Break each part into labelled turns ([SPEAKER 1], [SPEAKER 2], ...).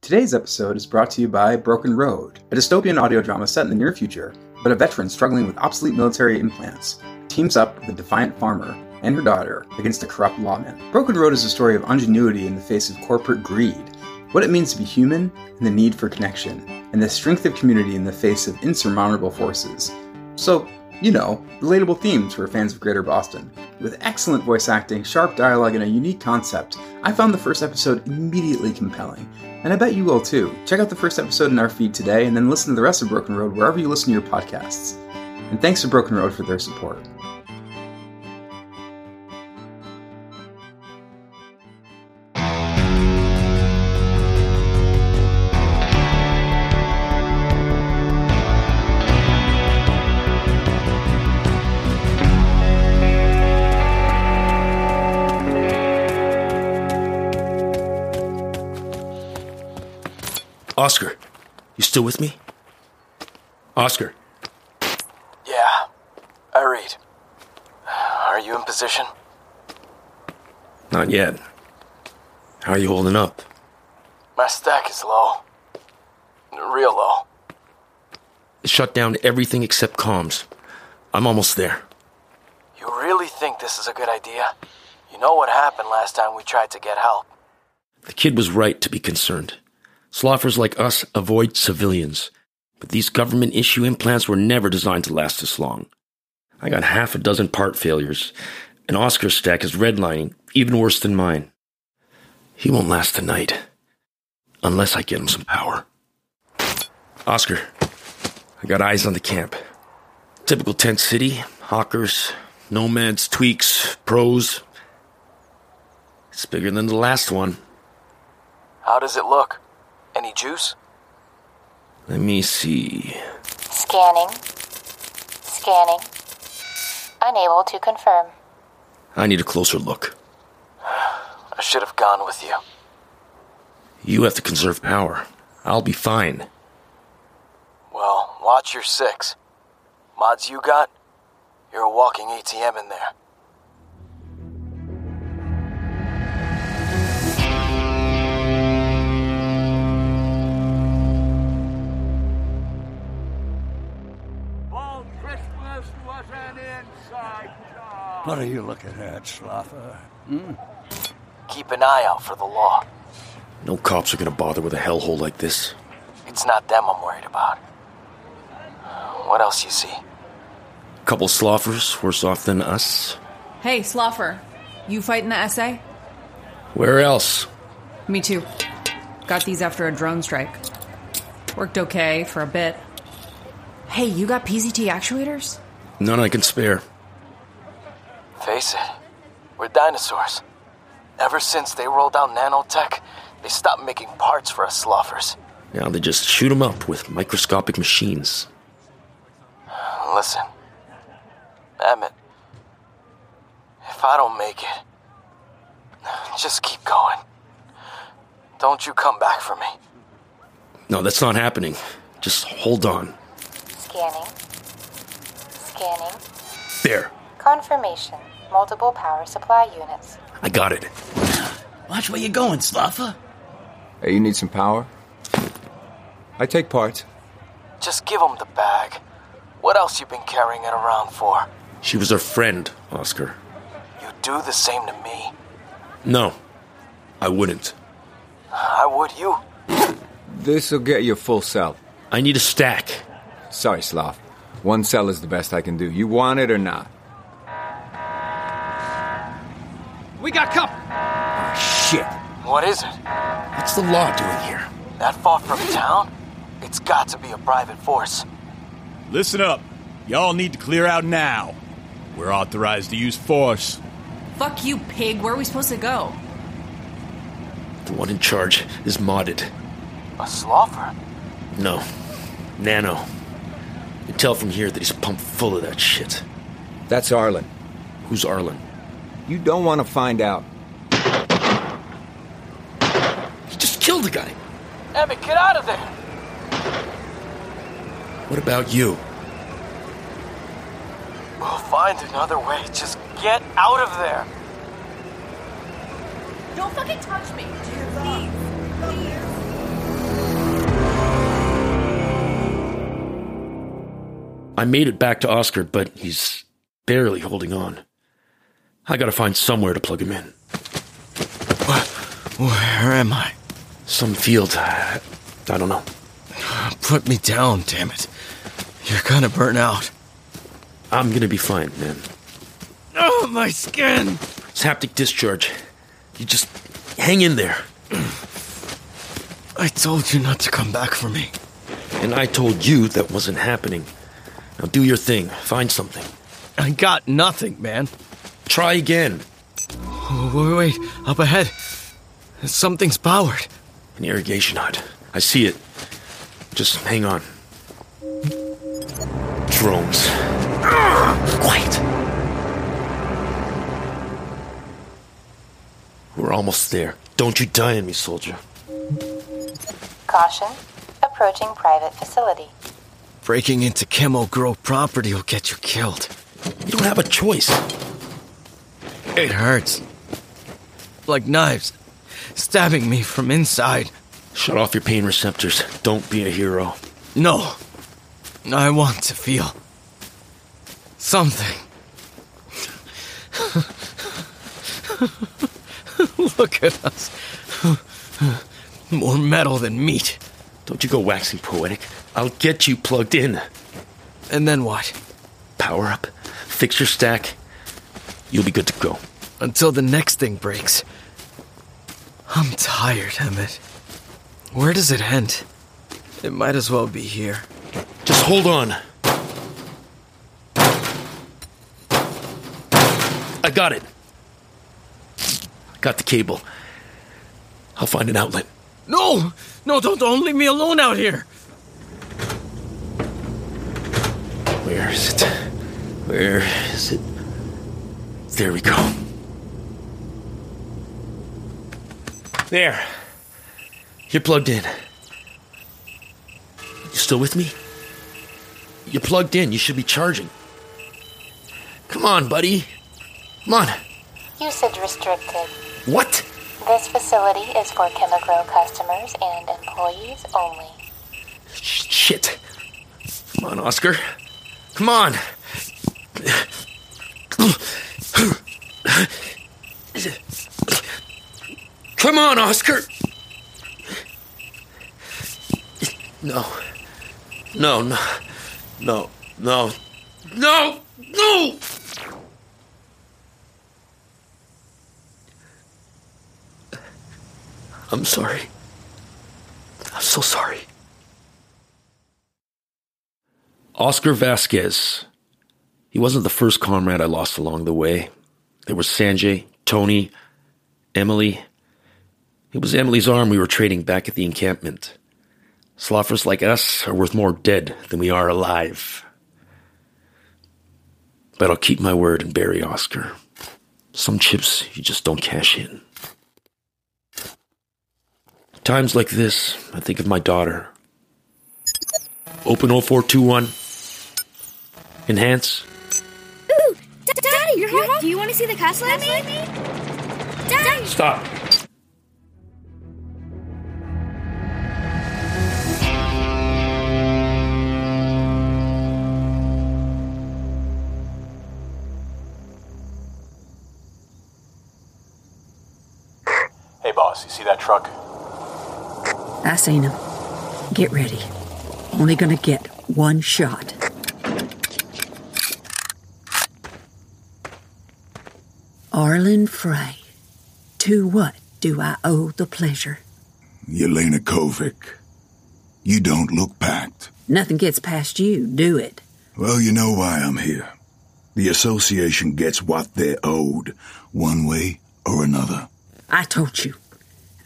[SPEAKER 1] Today's episode is brought to you by Broken Road, a dystopian audio drama set in the near future, but a veteran struggling with obsolete military implants teams up with a defiant farmer and her daughter against a corrupt lawman. Broken Road is a story of ingenuity in the face of corporate greed, what it means to be human and the need for connection, and the strength of community in the face of insurmountable forces. So, you know, relatable themes for fans of Greater Boston. With excellent voice acting, sharp dialogue, and a unique concept, I found the first episode immediately compelling. And I bet you will too. Check out the first episode in our feed today and then listen to the rest of Broken Road wherever you listen to your podcasts. And thanks to Broken Road for their support.
[SPEAKER 2] Oscar, you still with me? Oscar,
[SPEAKER 3] Yeah, I read. Are you in position?
[SPEAKER 2] not yet. How are you holding up?
[SPEAKER 3] My stack is low. Real low.
[SPEAKER 2] Shut down everything except comms. I'm almost there.
[SPEAKER 3] You really think this is a good idea? You know what happened last time we tried to get help.
[SPEAKER 2] The kid was right to be concerned. Sloughers like us avoid civilians, but these government issue implants were never designed to last this long. I got half a dozen part failures, and Oscar's stack is redlining, even worse than mine. He won't last tonight, unless I get him some power. Oscar, I got eyes on the camp. Typical tent city, hawkers, nomads, tweaks, pros. It's bigger than the last one.
[SPEAKER 3] How does it look? Any juice?
[SPEAKER 2] Let me see.
[SPEAKER 4] Scanning. Scanning. Unable to confirm.
[SPEAKER 2] I need a closer look.
[SPEAKER 3] I should have gone with you.
[SPEAKER 2] You have to conserve power. I'll be fine.
[SPEAKER 3] Well, watch your six. Mods you got? You're a walking ATM in there.
[SPEAKER 5] Well, Christmas was an inside job.
[SPEAKER 6] What are you looking at, Schlaffer?
[SPEAKER 3] Keep an eye out for the law.
[SPEAKER 2] No cops are gonna bother with a hellhole like this.
[SPEAKER 3] It's not them I'm worried about. What else you see?
[SPEAKER 2] Couple sloughers worse off than us.
[SPEAKER 7] Hey, Sloffer, you fighting the SA?
[SPEAKER 2] Where else?
[SPEAKER 7] Me too. Got these after a drone strike. Worked okay for a bit. Hey, you got PZT actuators?
[SPEAKER 2] None I can spare.
[SPEAKER 3] Face it, we're dinosaurs. Ever since they rolled out nanotech, they stopped making parts for us sloughers.
[SPEAKER 2] Now they just shoot 'em up with microscopic machines.
[SPEAKER 3] Listen, Emmett, if I don't make it, just keep going. Don't you come back for me.
[SPEAKER 2] No, that's not happening. Just hold on.
[SPEAKER 4] Scanning. Scanning.
[SPEAKER 2] There.
[SPEAKER 4] Confirmation. Multiple power supply units.
[SPEAKER 2] I got it.
[SPEAKER 8] Watch where you're going, Sluffer.
[SPEAKER 9] Hey, you need some power? I take parts.
[SPEAKER 3] Just give him the bag. What else you been carrying it around for?
[SPEAKER 2] She was our friend, Oscar.
[SPEAKER 3] You do the same to me.
[SPEAKER 2] No, I wouldn't.
[SPEAKER 3] I would you.
[SPEAKER 9] This'll get you a full cell.
[SPEAKER 2] I need a stack.
[SPEAKER 9] Sorry, Sloth. One cell is the best I can do. You want it or not?
[SPEAKER 8] We got cup.
[SPEAKER 9] Shit.
[SPEAKER 3] What is it?
[SPEAKER 2] What's the law doing here?
[SPEAKER 3] That far from town? It's got to be a private force.
[SPEAKER 10] Listen up. Y'all need to clear out now. We're authorized to use force.
[SPEAKER 7] Fuck you, pig. Where are we supposed to go?
[SPEAKER 2] The one in charge is modded.
[SPEAKER 3] A slougher?
[SPEAKER 2] No. Nano. You can tell from here that he's pumped full of that shit.
[SPEAKER 9] That's Arlen.
[SPEAKER 2] Who's Arlen?
[SPEAKER 9] You don't want to find out.
[SPEAKER 2] He just killed a guy.
[SPEAKER 3] Emmett, get out of there!
[SPEAKER 2] What about you?
[SPEAKER 3] We'll find another way. Just get out of there.
[SPEAKER 11] Don't fucking touch me. Please. Please.
[SPEAKER 2] I made it back to Oscar, but he's barely holding on. I gotta find somewhere to plug him in.
[SPEAKER 12] Where am I?
[SPEAKER 2] Some field. I don't know.
[SPEAKER 12] Put me down, damn it. You're gonna burn out.
[SPEAKER 2] I'm gonna be fine, man.
[SPEAKER 12] Oh, my skin!
[SPEAKER 2] It's haptic discharge. You just hang in there.
[SPEAKER 12] I told you not to come back for me.
[SPEAKER 2] And I told you that wasn't happening. Now do your thing. Find something.
[SPEAKER 12] I got nothing, man.
[SPEAKER 2] Try again.
[SPEAKER 12] Oh, Wait, wait, up ahead. Something's powered.
[SPEAKER 2] An irrigation hut. I see it. Just hang on. Drones. Quiet. We're almost there. Don't you die on me, soldier.
[SPEAKER 4] Caution. Approaching private facility.
[SPEAKER 12] Breaking into Chemo Grow property will get you killed.
[SPEAKER 2] You don't have a choice.
[SPEAKER 12] It hurts. Like knives. Stabbing me from inside.
[SPEAKER 2] Shut off your pain receptors. Don't be a hero.
[SPEAKER 12] No. I want to feel. Something. Look at us. More metal than meat.
[SPEAKER 2] Don't you go waxing poetic. I'll get you plugged in.
[SPEAKER 12] And then what?
[SPEAKER 2] Power up, fix your stack. You'll be good to go.
[SPEAKER 12] Until the next thing breaks. I'm tired, Emmett. Where does it end? It might as well be here.
[SPEAKER 2] Just hold on. I got it. Got the cable. I'll find an outlet.
[SPEAKER 12] No! No, don't, don't leave me alone out here!
[SPEAKER 2] Where is it? Where is it? There we go. There. You're plugged in. You still with me? You're plugged in. You should be charging. Come on, buddy. Come on.
[SPEAKER 4] Usage restricted.
[SPEAKER 2] What?
[SPEAKER 4] This facility is for Chemigro customers and employees only.
[SPEAKER 2] Shit. Come on, Oscar. Come on. Come on, Oscar. No. No, no. No, no. No! No! I'm sorry. I'm so sorry. Oscar Vasquez. He wasn't the first comrade I lost along the way. There was Sanjay, Tony, Emily. It was Emily's arm we were trading back at the encampment. Sloughers like us are worth more dead than we are alive. But I'll keep my word and bury Oscar. Some chips you just don't cash in. Times like this, I think of my daughter. Open 0421. Enhance.
[SPEAKER 11] Ooh, D- Daddy, you're home. Do you want to see the castle I made? Daddy.
[SPEAKER 2] Stop.
[SPEAKER 13] Hey, boss, you see that truck?
[SPEAKER 14] I seen him. Get ready. Only gonna get one shot. Arlen Frey, to what do I owe the pleasure?
[SPEAKER 15] Yelena Kovic, you don't look packed.
[SPEAKER 14] Nothing gets past you, do it?
[SPEAKER 15] Well, you know why I'm here. The association gets what they're owed, one way or another.
[SPEAKER 14] I told you,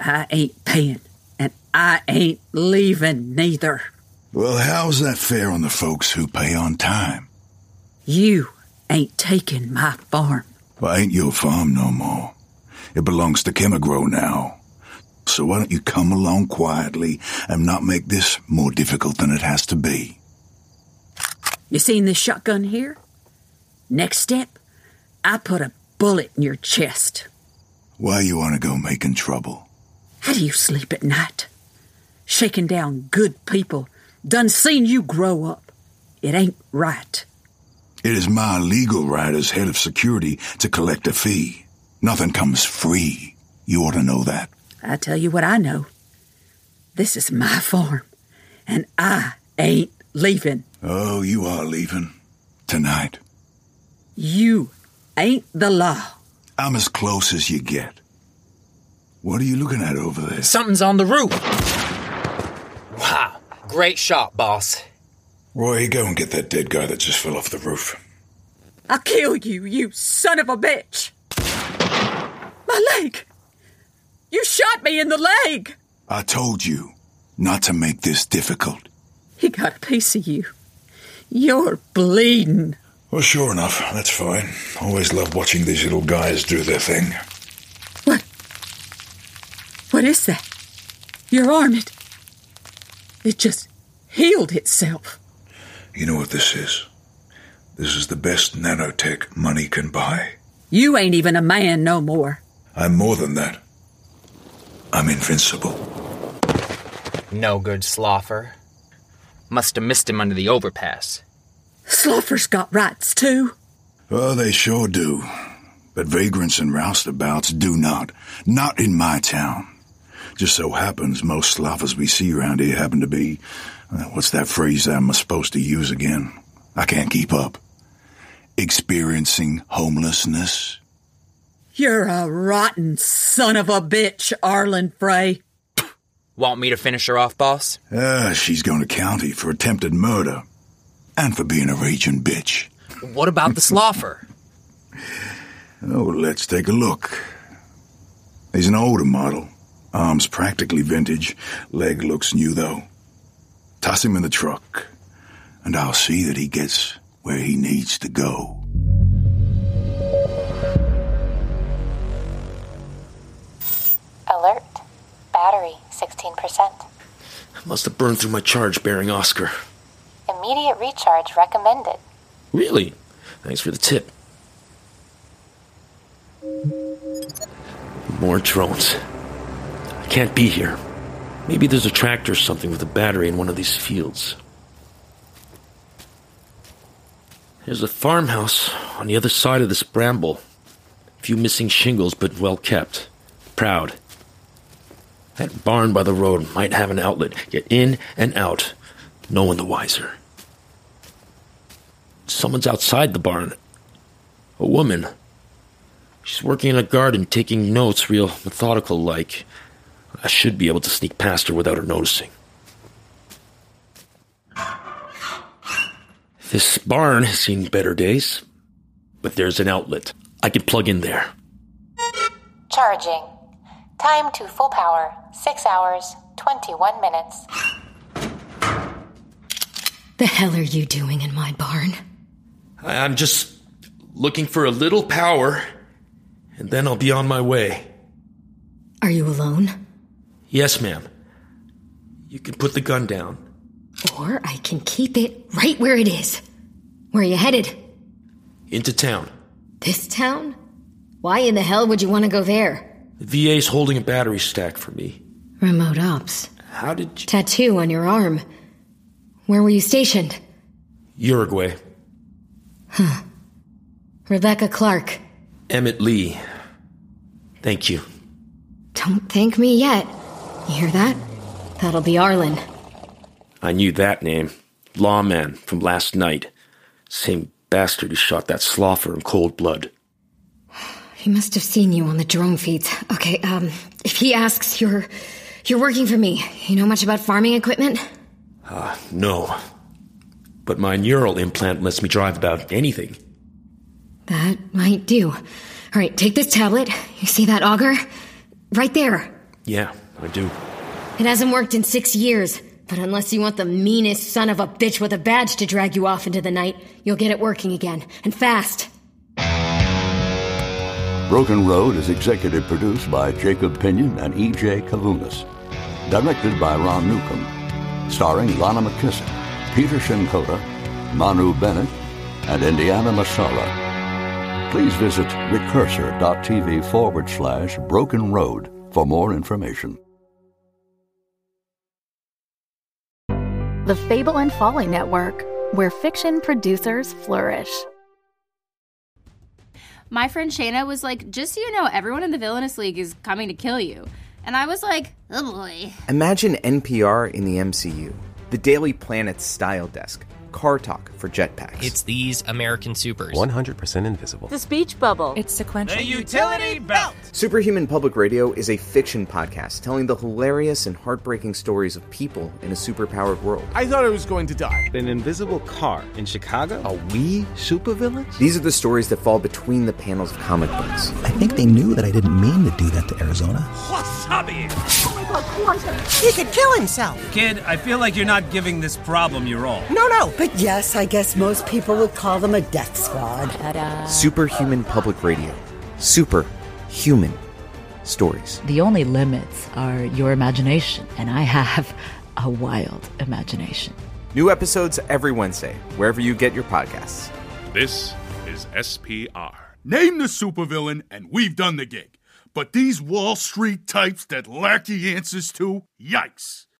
[SPEAKER 14] I ain't paying, and I ain't leaving neither.
[SPEAKER 15] Well, how's that fair on the folks who pay on time?
[SPEAKER 14] You ain't taking my farm.
[SPEAKER 15] Well, ain't your farm no more. It belongs to Chemigrow now. So why don't you come along quietly and not make this more difficult than it has to be?
[SPEAKER 14] You seen this shotgun here? Next step, I put a bullet in your chest.
[SPEAKER 15] Why you want to go making trouble?
[SPEAKER 14] How do you sleep at night? Shaking down good people. Done seen you grow up. It ain't right.
[SPEAKER 15] It is my legal right as head of security to collect a fee. Nothing comes free. You ought to know that.
[SPEAKER 14] I tell you what I know. This is my farm, and I ain't leaving.
[SPEAKER 15] Oh, you are leaving. Tonight.
[SPEAKER 14] You ain't the law.
[SPEAKER 15] I'm as close as you get. What are you looking at over there?
[SPEAKER 8] Something's on the roof. Wow. Great shot, boss.
[SPEAKER 15] Roy, go and get that dead guy that just fell off the roof.
[SPEAKER 14] I'll kill you, you son of a bitch! My leg! You shot me in the leg!
[SPEAKER 15] I told you not to make this difficult.
[SPEAKER 14] He got a piece of you. You're bleeding.
[SPEAKER 15] Well, sure enough, that's fine. Always love watching these little guys do their thing.
[SPEAKER 14] What? What is that? Your arm, it. It just healed itself.
[SPEAKER 15] You know what this is? This is the best nanotech money can buy.
[SPEAKER 14] You ain't even a man no more.
[SPEAKER 15] I'm more than that. I'm invincible.
[SPEAKER 8] No good, Sloffer. Must have missed him under the overpass.
[SPEAKER 14] Sloffer's got rights, too.
[SPEAKER 15] Oh, they sure do. But vagrants and roustabouts do not. Not in my town. Just so happens most Slavas we see around here happen to be. Uh, what's that phrase I'm supposed to use again? I can't keep up. Experiencing homelessness.
[SPEAKER 14] You're a rotten son of a bitch, Arlen Frey.
[SPEAKER 8] Want me to finish her off, boss?
[SPEAKER 15] Ah, uh, she's going to county for attempted murder. And for being a raging bitch.
[SPEAKER 8] What about the Sloffer?
[SPEAKER 15] oh, let's take a look. He's an older model. Arms practically vintage. Leg looks new, though. Toss him in the truck, and I'll see that he gets where he needs to go.
[SPEAKER 4] Alert. Battery 16%.
[SPEAKER 2] Must have burned through my charge bearing Oscar.
[SPEAKER 4] Immediate recharge recommended.
[SPEAKER 2] Really? Thanks for the tip. More drones can't be here. Maybe there's a tractor or something with a battery in one of these fields. There's a farmhouse on the other side of this bramble. A few missing shingles, but well kept. Proud. That barn by the road might have an outlet. Get in and out. No one the wiser. Someone's outside the barn. A woman. She's working in a garden, taking notes, real methodical like. I should be able to sneak past her without her noticing. This barn has seen better days, but there's an outlet. I can plug in there.
[SPEAKER 4] Charging. Time to full power 6 hours, 21 minutes.
[SPEAKER 16] The hell are you doing in my barn?
[SPEAKER 2] I'm just looking for a little power, and then I'll be on my way.
[SPEAKER 16] Are you alone?
[SPEAKER 2] Yes, ma'am. You can put the gun down.
[SPEAKER 16] Or I can keep it right where it is. Where are you headed?
[SPEAKER 2] Into town.
[SPEAKER 16] This town? Why in the hell would you want to go there?
[SPEAKER 2] The VA's holding a battery stack for me.
[SPEAKER 16] Remote ops.
[SPEAKER 2] How did you.
[SPEAKER 16] Tattoo on your arm. Where were you stationed?
[SPEAKER 2] Uruguay.
[SPEAKER 16] Huh. Rebecca Clark.
[SPEAKER 2] Emmett Lee. Thank you.
[SPEAKER 16] Don't thank me yet. You hear that? That'll be Arlen.
[SPEAKER 2] I knew that name. Lawman from last night. Same bastard who shot that sloffer in cold blood.
[SPEAKER 16] He must have seen you on the drone feeds. Okay, um, if he asks, you're you're working for me. You know much about farming equipment?
[SPEAKER 2] Uh, no. But my neural implant lets me drive about anything.
[SPEAKER 16] That might do. All right, take this tablet. You see that auger? Right there.
[SPEAKER 2] Yeah, I do.
[SPEAKER 16] It hasn't worked in six years.
[SPEAKER 14] But unless you want the meanest son of a bitch with a badge to drag you off into the night, you'll get it working again, and fast.
[SPEAKER 15] Broken Road is executive produced by Jacob Pinion and E.J. Kalunas. Directed by Ron Newcomb. Starring Lana McKissick, Peter Shinkota, Manu Bennett, and Indiana Masala. Please visit recursor.tv forward slash broken road for more information.
[SPEAKER 17] The Fable and Folly Network, where fiction producers flourish.
[SPEAKER 18] My friend Shayna was like, just so you know, everyone in the Villainous League is coming to kill you. And I was like, oh boy.
[SPEAKER 19] Imagine NPR in the MCU, the Daily Planet's style desk, car talk for jetpacks.
[SPEAKER 20] It's these American supers.
[SPEAKER 21] 100% invisible.
[SPEAKER 22] The speech bubble.
[SPEAKER 23] It's sequential.
[SPEAKER 3] The utility belt.
[SPEAKER 19] Superhuman Public Radio is a fiction podcast telling the hilarious and heartbreaking stories of people in a superpowered world.
[SPEAKER 24] I thought I was going to die.
[SPEAKER 25] An invisible car in Chicago?
[SPEAKER 3] Oh.
[SPEAKER 26] Are we supervillains?
[SPEAKER 19] These are the stories that fall between the panels of comic books.
[SPEAKER 27] I think they knew that I didn't mean to do that to Arizona.
[SPEAKER 3] Wasabi!
[SPEAKER 28] Oh my god, quantum! He could kill himself!
[SPEAKER 3] Kid, I feel like you're not giving this problem your all.
[SPEAKER 28] No, no!
[SPEAKER 29] But yes, I guess most people would call them a death squad.
[SPEAKER 19] Ta-da. Superhuman Public Radio. Superhuman stories.
[SPEAKER 30] The only limits are your imagination, and I have a wild imagination.
[SPEAKER 19] New episodes every Wednesday, wherever you get your podcasts.
[SPEAKER 31] This is SPR.
[SPEAKER 32] Name the supervillain, and we've done the gig. But these Wall Street types that lack the answers to, yikes.